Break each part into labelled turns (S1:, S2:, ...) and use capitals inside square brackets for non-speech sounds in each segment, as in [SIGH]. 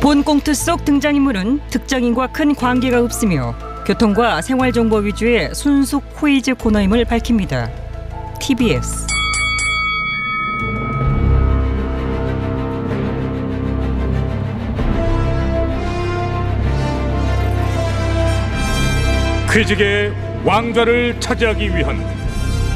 S1: 본 꽁트 속 등장인물은 특정인과 큰 관계가 없으며 교통과 생활 정보 위주의 순수 코이즈 코너임을 밝힙니다. TBS
S2: 퀴즈계 왕좌를 차지하기 위한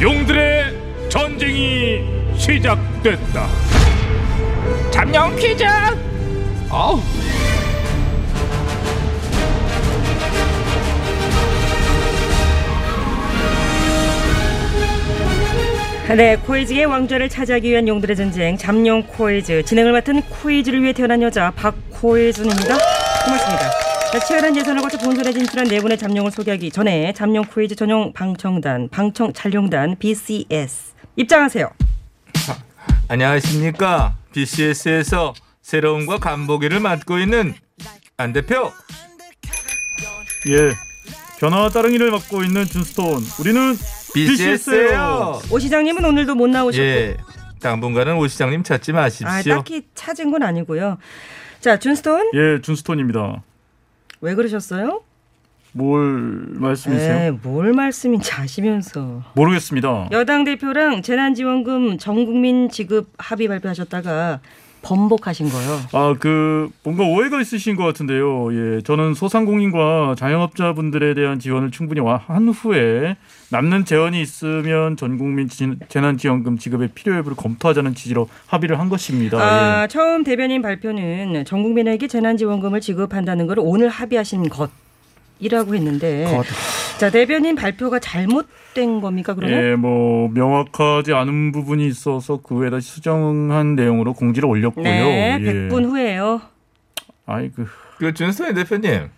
S2: 용들의 전쟁이 시작됐다.
S3: 잠룡 퀴즈 어우
S1: 네, 코이즈의 왕좌를 차지하기 위한 용들의 전쟁 잠룡 코이즈 진행을 맡은 코이즈를 위해 태어난 여자 박코이즈입니다. 고맙습니다. 자, 치열한 예선을 거쳐 본선에 진출한 네 분의 잠룡을 소개하기 전에 잠룡 코이즈 전용 방청단 방청 촬영단 BCS 입장하세요.
S4: 안녕하십니까. BCS에서 새로운과 간보기를 맡고 있는 안 대표.
S5: 예. 변화와 따릉이를 맡고 있는 준스톤. 우리는
S4: BCS예요.
S1: 오 시장님은 오늘도 못 나오셨고
S4: 예. 당분간은 오 시장님 찾지
S1: 아,
S4: 마십시오.
S1: 딱히 찾은 건 아니고요. 자, 준스톤
S5: 예, 준스톤입니다.
S1: 왜 그러셨어요?
S5: 뭘 말씀이세요?
S1: 에이, 뭘 말씀인지 아시면서
S5: 모르겠습니다.
S1: 네. 여당 대표랑 재난지원금 전국민 지급 합의 발표하셨다가 번복하신 거요.
S5: 아, 그 뭔가 오해가 있으신 것 같은데요. 예, 저는 소상공인과 자영업자분들에 대한 지원을 충분히 와- 한 후에 남는 재원이 있으면 전 국민 지- 재난지원금 지급의 필요 여부를 검토하자는 취지로 합의를 한 것입니다.
S1: 아,
S5: 예.
S1: 처음 대변인 발표는 전 국민에게 재난지원금을 지급한다는 걸 오늘 합의하신 것이라고 했는데
S5: 거-
S1: 자 대변인 발표가 잘못된 겁니까 그러면?
S5: 예, 뭐 명확하지 않은 부분이 있어서 그 외에 다시 수정한 내용으로 공지를 올렸고요.
S1: 네,
S5: 예.
S1: 100분 후에요.
S5: 아이 그
S4: 그 준수현 대표님.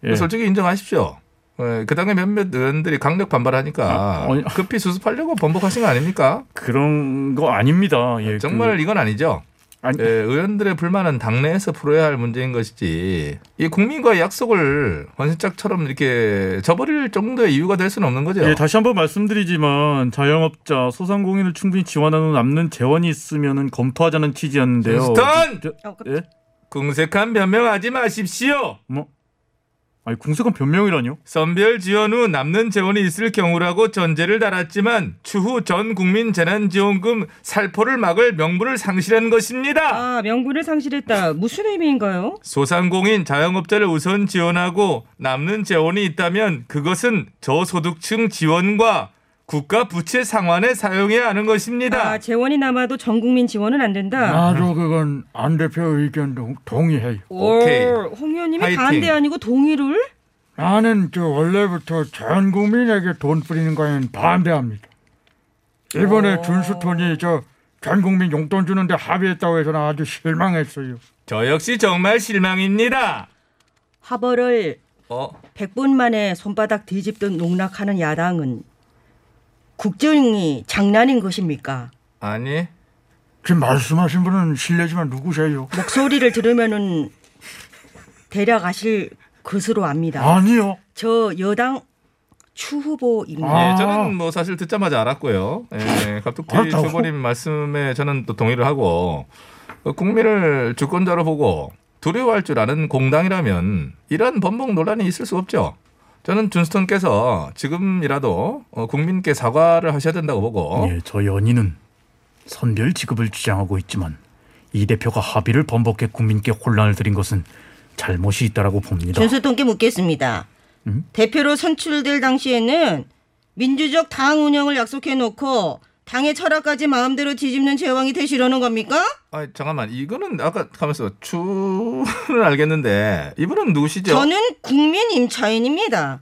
S4: 그
S5: 예.
S4: 솔직히 인정하십시오. 예, 그 당에 몇몇 의원들이 강력 반발하니까
S5: 아, 아니.
S4: 급히 수습하려고 번복하신 거 아닙니까?
S5: 그런 거 아닙니다. 예,
S4: 정말
S5: 그,
S4: 이건 아니죠.
S5: 아니,
S4: 예, 의원들의 불만은 당내에서 풀어야 할 문제인 것이지 이 국민과의 약속을 원신짝처럼 이렇게 저버릴 정도의 이유가 될 수는 없는 거죠.
S5: 예, 다시 한번 말씀드리지만 자영업자, 소상공인을 충분히 지원하는 남는 재원이 있으면은 검토하자는 취지였는데요.
S4: 스턴!
S5: 저-
S1: 어, 그-
S5: 예?
S4: 궁색한 변명하지 마십시오.
S5: 뭐? 아니 궁색한 변명이라뇨?
S4: 선별 지원 후 남는 재원이 있을 경우라고 전제를 달았지만 추후 전 국민 재난지원금 살포를 막을 명분을 상실한 것입니다.
S1: 아 명분을 상실했다. 무슨 의미인가요?
S4: 소상공인 자영업자를 우선 지원하고 남는 재원이 있다면 그것은 저소득층 지원과 국가 부채 상환에 사용해야 하는 것입니다.
S1: 아, 재원이 남아도 전 국민 지원은 안 된다.
S5: 아, 나도 그건 안 대표 의견 동의해요.
S1: 오,
S4: 오케이.
S1: 홍 의원님이
S4: 파이팅.
S1: 반대 아니고 동의를?
S5: 나는 저 원래부터 전 국민에게 돈 뿌리는 거에는 반대합니다. 이번에 준수톤이 저 전 국민 용돈 주는데 합의했다고 해서 나 아주 실망했어요.
S4: 저 역시 정말 실망입니다.
S1: 화벌을
S4: 어,
S1: 100분 만에 손바닥 뒤집듯 농락하는 야당은 국정이 장난인 것입니까?
S4: 아니.
S5: 지금 말씀하신 분은 실례지만 누구세요?
S1: 목소리를 들으면은 대략 아실 것으로 압니다.
S5: 아니요.
S1: 저 여당 추 후보입니다.
S5: 아.
S4: 예, 저는 뭐 사실 듣자마자 알았고요. 예, 갑툭튀
S5: 알았다고?
S4: 줘버린 말씀에 저는 또 동의를 하고 어, 국민을 주권자로 보고 두려워할 줄 아는 공당이라면 이런 번복 논란이 있을 수 없죠. 저는 준스턴께서 지금이라도 어, 국민께 사과를 하셔야 된다고 보고
S6: 예, 저 연인은 선별 지급을 주장하고 있지만 이 대표가 합의를 번복해 국민께 혼란을 드린 것은 잘못이 있다라고 봅니다.
S1: 준수통께 묻겠습니다.
S5: 음?
S1: 대표로 선출될 당시에는 민주적 당 운영을 약속해 놓고 당의 철학까지 마음대로 뒤집는 제왕이 되시려는 겁니까?
S4: 아 잠깐만 이거는 아까 가면서 추는 [LAUGHS] 알겠는데 이분은 누구시죠?
S1: 저는 국민 임차인입니다.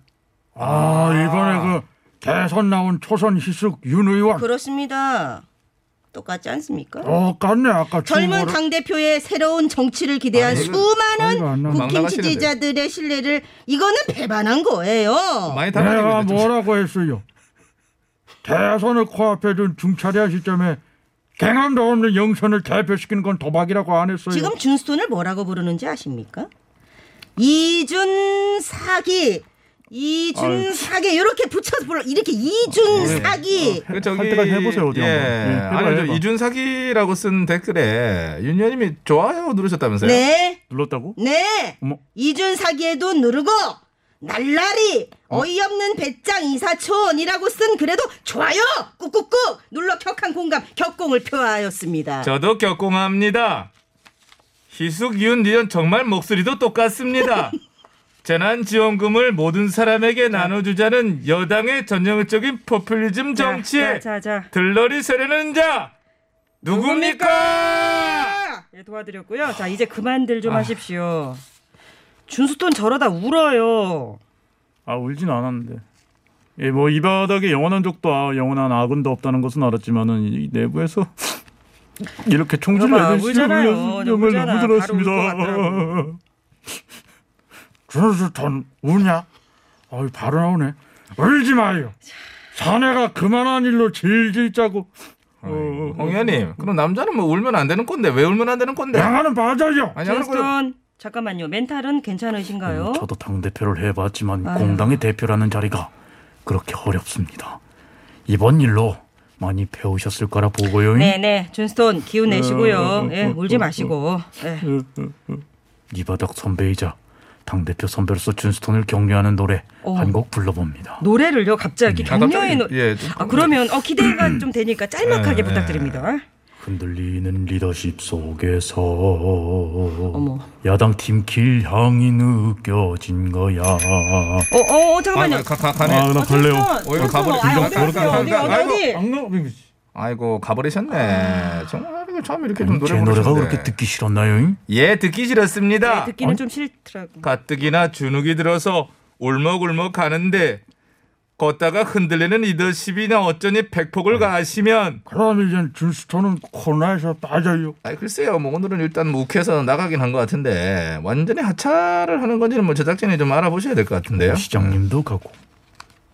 S5: 아, 이번에 그 대선 나온 초선 희숙 윤 의원.
S1: 그렇습니다. 똑같지 않습니까?
S5: 어, 깠네 아까
S7: 젊은
S5: 주모를.
S7: 당대표의 새로운 정치를 기대한
S4: 아니, 이거-
S5: 아이고, 안
S7: 수많은
S5: 나와.
S7: 국힘
S4: 망나가시는데.
S7: 지지자들의 신뢰를 이거는 배반한 거예요.
S4: 많이
S5: 내가
S4: 달라지고 있죠.
S5: 네, 아, 뭐라고 했어요? 대선을 코앞에 둔 중차대한 시점에 경험도 없는 영선을 대표시키는 건 도박이라고 안 했어요.
S7: 지금 준스톤을 뭐라고 부르는지 아십니까? 이준 사기 이준사기 이렇게 붙여서 불러 이렇게 이준사기
S5: 할 때까지 해보세요, 어디
S4: 그 예.
S5: 한번. 예, 해봐,
S4: 아니 저
S5: 해봐.
S4: 이준 사기라고 쓴 댓글에 윤여님이 좋아요 누르셨다면서요?
S7: 네.
S5: 눌렀다고?
S7: 네.
S5: 어머.
S7: 이준사기에도 누르고 날라리 어이없는 배짱 이사촌이라고 쓴 그래도 좋아요 꾹꾹꾹 눌러 격한 공감 격공을 표하였습니다.
S4: 저도 격공합니다. 희숙 윤 리언 정말 목소리도 똑같습니다. 재난지원금을 모든 사람에게 나눠주자는 여당의 전형적인 포퓰리즘 정치에
S1: 자, 자, 자.
S4: 들러리 세려는 자 누굽니까?
S7: 아.
S1: 예, 도와드렸고요. 자, 이제 그만들
S5: 아.
S1: 좀 하십시오. 준수돈 저러다 울어요.
S5: 아 울진 않았는데. 예, 뭐 이 바닥에 영원한 적도 아, 영원한 악은도 없다는 것은 알았지만은 이 내부에서 [LAUGHS] 이렇게 총질을
S1: 봐봐,
S5: 내듯이
S1: 울잖아요.
S5: 울렸음을
S1: 울잖아.
S5: 너무
S1: 바로 울것
S5: 들었습니다. [LAUGHS] 그래서 전 우냐? 아유 바로 나오네. 울지 마요. 사내가 그만한 일로 질질 짜고 어, 어,
S4: 홍현님 그럼 남자는 뭐 울면 안 되는 건데 왜 울면 안 되는 건데?
S5: 양아는 맞아요.
S4: 아니, 양아는 그냥-
S1: 준수돈 잠깐만요. 멘탈은 괜찮으신가요?
S6: 음, 저도 당 대표를 해봤지만
S1: 아유.
S6: 공당의 대표라는 자리가 그렇게 어렵습니다. 이번 일로 많이 배우셨을 거라 보고요.
S1: 네네 준스톤 기운 내시고요. 예, 울지 마시고. 예.
S6: 이 바닥 선배이자 당 대표 선배로서 준스톤을 격려하는 노래
S1: 어.
S6: 한 곡 불러봅니다.
S1: 노래를요 갑자기
S4: 아,
S1: 격려의
S4: 갑자기-
S1: 노.
S4: 예, 좀-
S1: 아 그러면 어 기대가 좀 되니까 짤막하게
S4: 네,
S1: 부탁드립니다.
S6: 흔들리는 리더십 속에서
S1: 어머.
S6: 야당 팀 길향이 느껴진 거야.
S1: 어어 어, 잠깐만요.
S4: 아, 가, 가, 가네.
S5: 아 나 갈래요.
S4: 어, 이거
S1: 준스톤,
S4: 가버려.
S1: 아,
S4: 이거
S1: 어디
S4: 가버려.
S1: 어디 어디 어디 어디.
S5: 안 가.
S4: 아이고 가버리셨네. 정말 이거 처음 이렇게 좀
S6: 아니,
S4: 노래
S6: 제 노래가
S4: 부르셨는데.
S6: 그렇게 듣기 싫었나요?
S4: 예 듣기 싫었습니다.
S1: 듣기는 좀 싫더라고.
S4: 가뜩이나 주눅이 들어서 울먹울먹 하는데 걷다가 흔들리는 리더십이나 어쩌니 백폭을 가시면
S5: 그럼 이제 준스톤은 코너에서 빠져요.
S4: 아 글쎄요 뭐 오늘은 일단 뭐 욱해서 나가긴 한 것 같은데 완전히 하차를 하는 건지는 뭐 제작진이 좀 알아보셔야 될 것 같은데요
S6: 시장님도 가고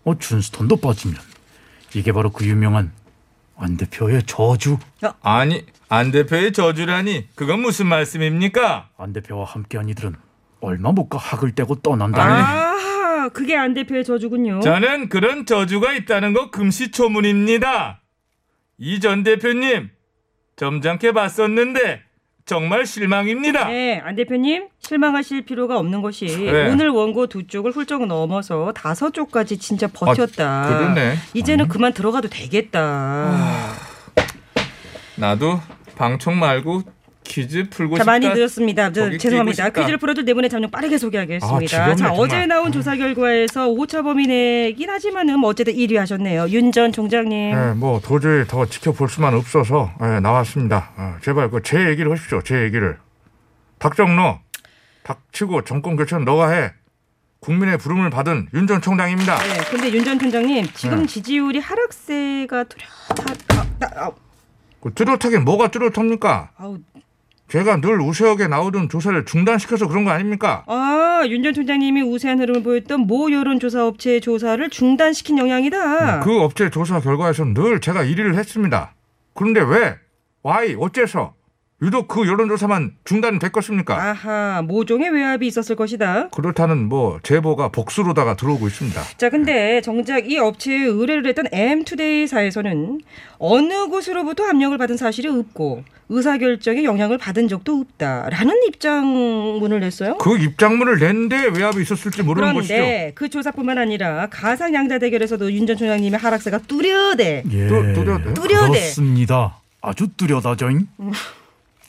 S6: 어 준스톤도 빠지면 이게 바로 그 유명한 안 대표의 저주
S4: 아니 안 대표의 저주라니 그건 무슨 말씀입니까
S6: 안 대표와 함께한 이들은 얼마 못 가 학을 떼고 떠난다니
S1: 아 그게 안 대표의 저주군요.
S4: 저는 그런 저주가 있다는 거 금시초문입니다. 이 전 대표님 점잖게 봤었는데 정말 실망입니다.
S1: 네, 안 대표님 실망하실 필요가 없는 것이
S4: 아. 네.
S1: 오늘 원고 두 쪽을 훌쩍 넘어서 다섯 쪽까지 진짜 버텼다.
S4: 아, 그러네. 음. 아,
S1: 이제는 그만 들어가도 되겠다.
S4: 나도 방청 말고 퀴즈 풀고
S1: 자
S4: 싶다.
S1: 많이 늦었습니다. 저,
S4: 거기
S1: 죄송합니다.
S4: 끼고 싶다.
S1: 퀴즈를 풀어줄 내분의 잠룡 빠르게
S4: 아,
S1: 소개하겠습니다. 자
S4: 지겹네, 정말. 음.
S1: 어제 나온 조사 결과에서 오차 범위내긴 하지만은 뭐 어쨌든 1위 하셨네요. 윤 전 총장님.
S4: 네.
S8: 예, 뭐 도저히 더 지켜볼 수만 없어서 예, 나왔습니다. 어, 제발 그 제 얘기를 하십시오. 제 얘기를. 박정로 닥치고 정권 교체는 너가 해. 국민의 부름을 받은 윤 전 총장입니다.
S1: 네, 근데 윤 전 총장님
S4: 네.
S1: 지금 지지율이 하락세가 뚜렷하. 아, 아,
S8: 그 뚜렷하게 뭐가 뚜렷합니까?
S1: 아우.
S8: 제가 늘 우세하게 나오던 조사를 중단시켜서 그런 거 아닙니까?
S1: 아, 윤 전 총장님이 우세한 흐름을 보였던 모 여론조사 업체의 조사를 중단시킨 영향이다.
S8: 그 업체 조사 결과에서는 늘 제가 1위를 했습니다. 그런데 왜? why? 어째서? 유독 그 여론조사만 중단됐겠습니까?
S1: 아하, 모종의 외압이 있었을 것이다.
S8: 그렇다는 뭐 제보가 복수로다가 들어오고 있습니다.
S1: 자, 근데 정작 이 업체에 의뢰를 했던 M투데이사에서는 어느 곳으로부터 압력을 받은 사실이 없고 의사결정에 영향을 받은 적도 없다라는 입장문을 냈어요.
S8: 그 입장문을 낸데 외압이 있었을지 모르는 것이죠.
S1: 그런데 그 조사뿐만 아니라 가상 양자 대결에서도 윤 전 총장님의 하락세가 뚜렷해.
S6: 예,
S8: 뚜- 뚜렷해요?
S4: 아,
S1: 뚜렷해.
S6: 그렇습니다 아주 뚜렷하죠잉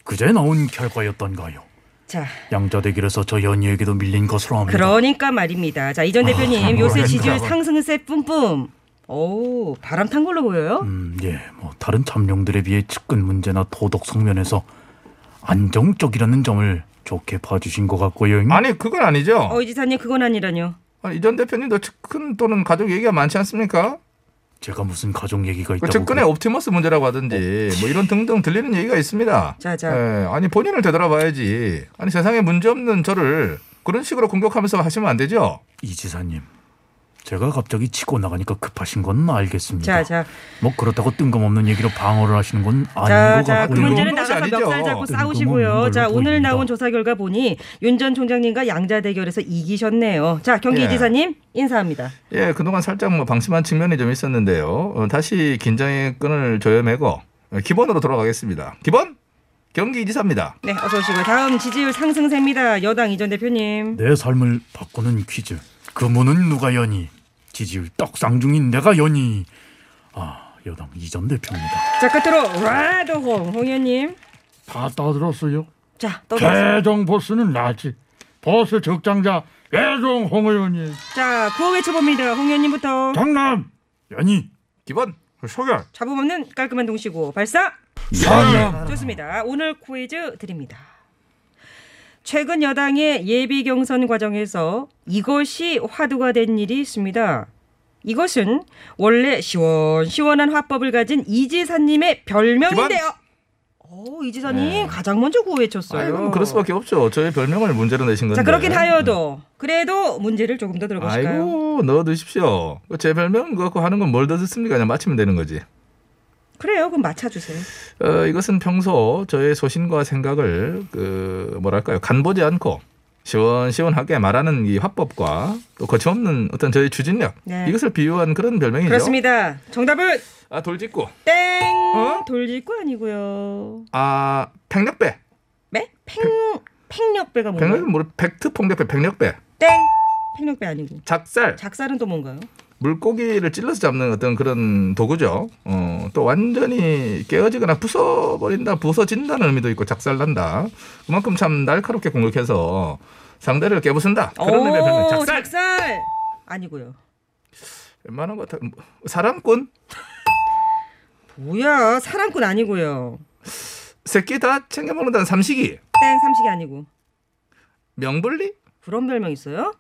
S6: 그제 나온 결과였던가요
S1: 자,
S6: 양자대결에서 저 연희에게도 밀린 것으로 합니다
S1: 그러니까 말입니다. 자, 이 전 대표님 요새
S8: 모르겠다.
S1: 지지율 상승세 뿜뿜. 오, 바람 탄 걸로 보여요?
S6: 음, 예, 뭐 다른 참룡들에 비해 측근 문제나 도덕 성면에서 안정적이라는 점을 좋게 봐주신 것 같고요.
S4: 아니 그건 아니죠.
S1: 어, 이 지사님 그건 아니라뇨.
S4: 이 전 대표님도 측근 또는 가족 얘기가 많지 않습니까?
S6: 제가 무슨 가족 얘기가
S4: 그
S6: 있다고
S4: 측근의 옵티머스 문제라고 하든지 뭐 이런 등등 들리는 얘기가 있습니다.
S1: 어. 자, 자.
S4: 예, 아니 본인을 되돌아봐야지. 아니 세상에 문제 없는 저를 그런 식으로 공격하면서 하시면 안 되죠.
S6: 이 지사님 제가 갑자기 치고 나가니까 급하신 건 알겠습니다.
S1: 자, 자.
S6: 뭐 그렇다고 뜬금없는 얘기로 방어를 하시는 건 아닌
S1: 자,
S6: 것
S1: 자, 그
S6: 같고요.
S1: 문제는
S4: 뜬금없는 것이
S1: 나가서
S4: 아니죠.
S1: 멱살 잡고
S6: 뜬금없는
S1: 싸우시고요.
S6: 걸로
S1: 자, 오늘
S6: 보입니다.
S1: 나온 조사 결과 보니 윤 전 총장님과 양자 대결에서 이기셨네요. 자, 경기
S4: 예.
S1: 지사님 인사합니다.
S4: 예, 그동안 살짝 뭐 방심한 측면이 좀 있었는데요. 어, 다시 긴장의 끈을 조여매고 어, 기본으로 돌아가겠습니다. 기본 경기지사입니다.
S1: 네, 어서 오시고요. 다음 지지율 상승세입니다. 여당 이전 대표님.
S6: 내 삶을 바꾸는 퀴즈. 그 문은 누가 여니? 지지율 떡상 중인 내가 여니. 아 여당 이전 대표입니다.
S1: 자, 끝으로 라드홍 홍현님.
S5: 다 떠들었어요.
S1: 자, 떠들었습니다
S5: 대정 보스는 나지. 보스 적장자 대정 홍 의원이.
S1: 자, 구호 외쳐봅니다. 홍현님부터
S5: 강남
S6: 여니
S4: 기본
S8: 소결.
S1: 잡음 없는 깔끔한 동시고 발사. 아, 좋습니다. 오늘 퀴즈 드립니다. 최근 여당의 예비 경선 과정에서 이것이 화두가 된 일이 있습니다. 이것은 원래 시원시원한 화법을 가진 이지사님의 별명인데요. 오, 이지사님 가장 먼저 구호
S4: 네. 아니,
S1: 외쳤어요.
S4: 그럼 그럴 수밖에 없죠. 저의 별명을 문제로 내신 건데.
S1: 자, 그렇긴 하여도 그래도 문제를 조금 더 들어보실까요?
S4: 아이고 넣어 두십시오. 제 별명 그거 하는 건 뭘 더 듣습니까? 그냥 맞히면 되는 거지.
S1: 그래요. 그럼 맞춰 주세요.
S4: 어, 이것은 평소 저의 소신과 생각을 그 뭐랄까요 간보지 않고 시원시원하게 말하는 이 화법과 또 거침없는 어떤 저의 추진력
S1: 네.
S4: 이것을 비유한 그런 별명이죠.
S1: 그렇습니다. 정답은
S4: 아 돌직구.
S1: 땡.
S4: 어?
S1: 돌직구 아니고요.
S4: 아 백력배.
S1: 네? 팽 팽력배가 뭔가요?
S4: 백력은 뭐 백트 폭력배 백력배.
S1: 땡. 팽력배 아니고.
S4: 작살.
S1: 작살은 또 뭔가요?
S4: 물고기를 찔러서 잡는 어떤 그런 도구죠. 어, 또 완전히 깨어지거나 부숴버린다, 부서진다는 의미도 있고 작살난다. 그만큼 참 날카롭게 공격해서 상대를 깨부순다. 그런 의미의 별명 작살.
S1: 작살! 아니고요.
S4: 웬만한 것 같아. 사람꾼?
S1: 뭐야? 사람꾼 아니고요.
S4: 새끼 다 챙겨 먹는다는 삼식이.
S1: 땡 삼식이 아니고.
S4: 명불리?
S1: 그런 별명 있어요?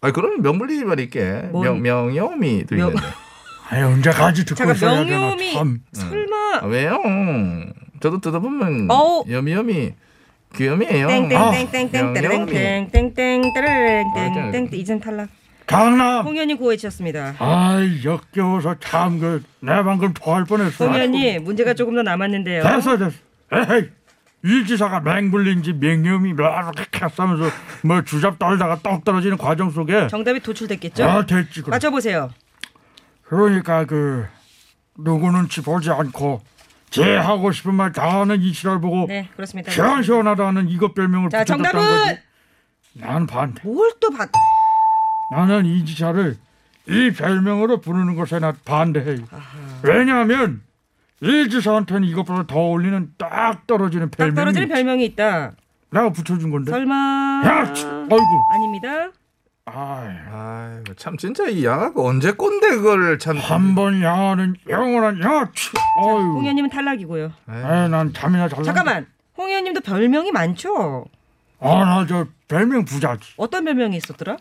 S4: 아, 그런 명불리 말 있게.
S1: 뭔-
S4: 명, 명요미 도
S1: 명-
S4: 있는데.
S6: 아유 언제까지 듣고
S1: 잠깐
S6: 있어야 되나
S1: 명요미
S6: 참.
S1: 설마
S4: 아, 왜요? 저도 뜯어보면
S1: 어우.
S4: 여미여미 귀염이에요.
S1: 땡땡땡땡땡
S4: 아, 명령이.
S1: 땡땡땡땡
S4: 맞아요. 어.
S1: 땡땡땡 이젠 탈락.
S5: 강남.
S1: 홍현이 구호해 주셨습니다.
S5: 아이 역겨워서 참그 내 방금 토할
S4: 아,
S5: 뻔했어.
S1: 홍현이 문제가 조금 더 남았는데요.
S5: 됐어 됐어. 에헤이. 이 지사가 맹불린지 뭐 맹염이 막 캬싸면서 뭐 주잡 떨다가 떡 떨어지는 과정 속에
S1: 정답이 도출됐겠죠?
S5: 아 됐지 그래.
S1: 맞춰보세요.
S5: 그러니까 그 누구 눈치 보지 않고 제 하고 싶은 말 다 하는 이 시절 보고
S1: 네, 그렇습니다.
S4: 아,
S5: 시원시원하다는 이것 별명을
S1: 자,
S5: 붙였다는
S1: 정답은
S5: 거지. 난 반대.
S1: 뭘 또 봤?
S5: 나는 이 지사를 이 별명으로 부르는 것에 나 반대해. 왜냐하면 이 지사한테는 이것보다 더 어울리는 딱 떨어지는
S1: 딱
S5: 별명이
S1: 떨어지는 별명이 있다.
S5: 내가 붙여준
S4: 네.
S5: 건데.
S1: 설마?
S5: 야, 치, 아이고.
S1: 아닙니다.
S5: 아,
S4: 아이고, 참 진짜 이 양아가 언제 꼰대 그걸 참
S5: 한번 야는 영원한 야. 치, 아유.
S1: 홍현님은 탈락이고요.
S5: 에이, 난 잠이나
S4: 음.
S5: 잘.
S1: 잠깐만, 홍현님도 별명이 많죠?
S5: 아나저 별명 부자지.
S1: 어떤 별명이 있었더라?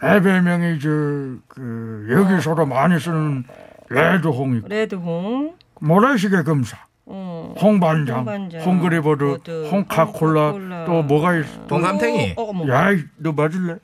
S5: 내 별명이 저그 여기서도 많이 쓰는 레드홍이 고
S1: 레드홍,
S5: 모래시계 검사,
S1: 어,
S5: 홍반장,
S1: 홍반장,
S5: 홍그리버드,
S1: 버드, 홍카콜라.
S5: 홍카콜라 또 뭐가 있어?
S4: 동감탱이.
S1: 어, 어머,
S5: 야이 너 맞을래?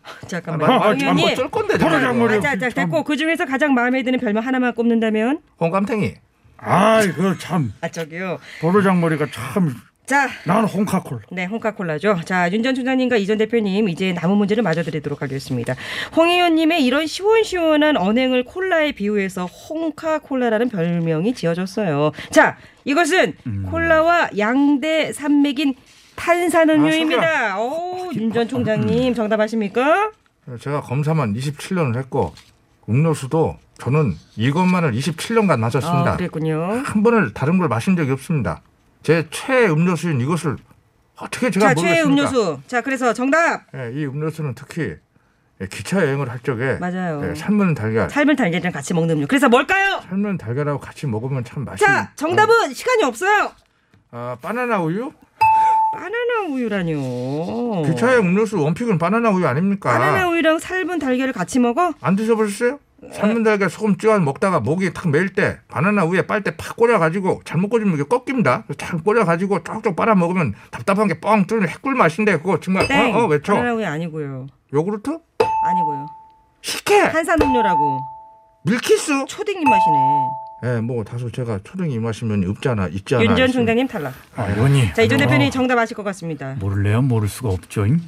S1: 잠깐만.
S4: 말- 말-
S1: 홍현님,
S4: 말쫄 건데
S5: 포르장머리.
S1: 아, 자, 자, 됐고 그 중에서 가장 마음에 드는 별명 하나만 꼽는다면?
S4: 홍감탱이.
S5: 아이 그참
S1: 아 저기요.
S5: 보르장 머리가 참.
S1: 자,
S5: 난 홍카콜라.
S1: 네, 홍카콜라죠. 자, 윤 전 총장님과 이 전 대표님 이제 남은 문제를 마저 드리도록 하겠습니다. 홍 의원님의 이런 시원시원한 언행을 콜라에 비유해서 홍카콜라라는 별명이 지어졌어요. 자, 이것은
S8: 음.
S1: 콜라와 양대 산맥인 탄산음료입니다.
S8: 아,
S1: 오, 윤 전
S8: 음.
S1: 총장님 정답하십니까?
S8: 제가 검사만 27년을 했고 음료수도 저는 이것만을 27년간 마셨습니다.
S1: 아, 그랬군요.
S8: 한 번을 다른 걸 마신 적이 없습니다. 제 최애 음료수인 이것을 어떻게 제가
S1: 자, 최애
S8: 모르겠습니까?
S1: 음료수. 자, 그래서 정답.
S8: 예, 이 음료수는 특히 예, 기차 여행을 할 적에
S1: 맞아요.
S8: 예, 삶은 달걀,
S1: 삶은 달걀이랑 같이 먹는 음료. 그래서 뭘까요?
S8: 삶은 달걀하고 같이 먹으면 참 맛이.
S1: 자, 정답은 시간이 없어요.
S8: 아, 바나나 우유?
S1: 어. 바나나 우유라뇨.
S8: 기차 여행 음료수 원픽은 바나나 우유 아닙니까?
S1: 바나나 우유랑 네. 삶은 달걀을 같이 먹어?
S8: 안 드셔보셨어요? 삶은 달걀 소금 찍어 먹다가 목이 탁 메일 때 바나나 우유에 빨대 팍 꽂아가지고 잘못 꽂으면 이게 꺾입니다. 잘 꽂아가지고 쪽쪽 빨아 먹으면 답답한 게 뻥 뚫는 핵꿀 맛인데 그거 정말
S1: 땡.
S8: 어, 어 외쳐
S1: 바나나 우유 아니고요.
S8: 요구르트?
S1: 아니고요.
S8: 식혜,
S1: 한산 음료라고
S8: 밀키스.
S1: 초딩 입맛이네.
S8: 예, 뭐 다소 제가 초등 입맛이면 없잖아, 있지 않아.
S1: 윤 전 총장님 탈락.
S6: 아, 이거니.
S1: 자, 이 전 대표님 정답 아실 것 같습니다.
S6: 모를래야 모를 수가 없죠. 잉?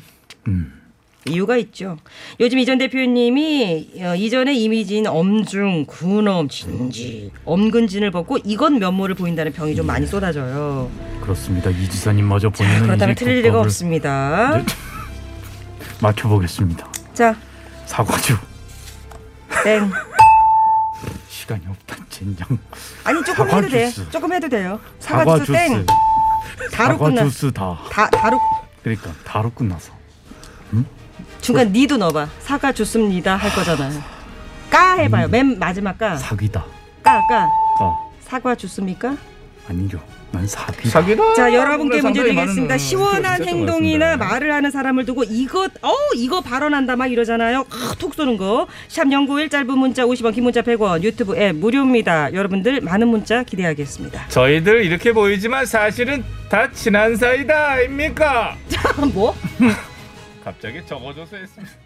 S1: 이유가 있죠. 요즘 이 전 대표님이 어, 이전에 이미지인 엄중, 군엄, 진지, 엄근진을 벗고 이건 면모를 보인다는 평이 좀 많이 쏟아져요.
S6: 그렇습니다. 이 지사님마저 본인은
S1: 그렇다면
S6: 이제
S1: 틀릴 리가
S6: 국밥을 네.
S1: 없습니다.
S6: 맞춰보겠습니다.
S1: 자,
S6: 사과주.
S1: 땡.
S6: 시간이 없다. 젠장.
S1: 아니 조금 해도 돼요.
S6: 주스.
S1: 조금 해도 돼요.
S6: 사과
S1: 사과주스
S6: 주스.
S1: 땡. 다로
S6: 사과
S1: 끝나.
S6: 주스 다.
S1: 다 다로
S6: 그러니까 다로 끝나서.
S1: 중간 니도 넣어봐. 사과 주스입니다 할 거잖아요. 까 해봐요. 맨 마지막 까.
S6: 사귀다.
S1: 까 까.
S6: 아,
S1: 사과 주스입니까?
S6: 아니죠. 난 사귀다.
S4: 사기다.
S1: 자 여러분께 문제
S4: 아, 상당히 많은
S8: 음,
S1: 드리겠습니다. 시원한
S4: 문제였던 것
S1: 행동이나
S4: 같습니다. 예.
S1: 말을 하는 사람을 두고 이것 어 이거 발언한다 막 이러잖아요. 아, 톡 쏘는 거. 샵 연구일 짧은 문자 50원 긴 문자 100원 유튜브 앱 무료입니다. 여러분들 많은 문자 기대하겠습니다.
S4: 저희들 이렇게 보이지만 사실은 다 친한 사이다 아닙니까?
S1: 뭐?
S4: 갑자기 적어줘서 했습니다.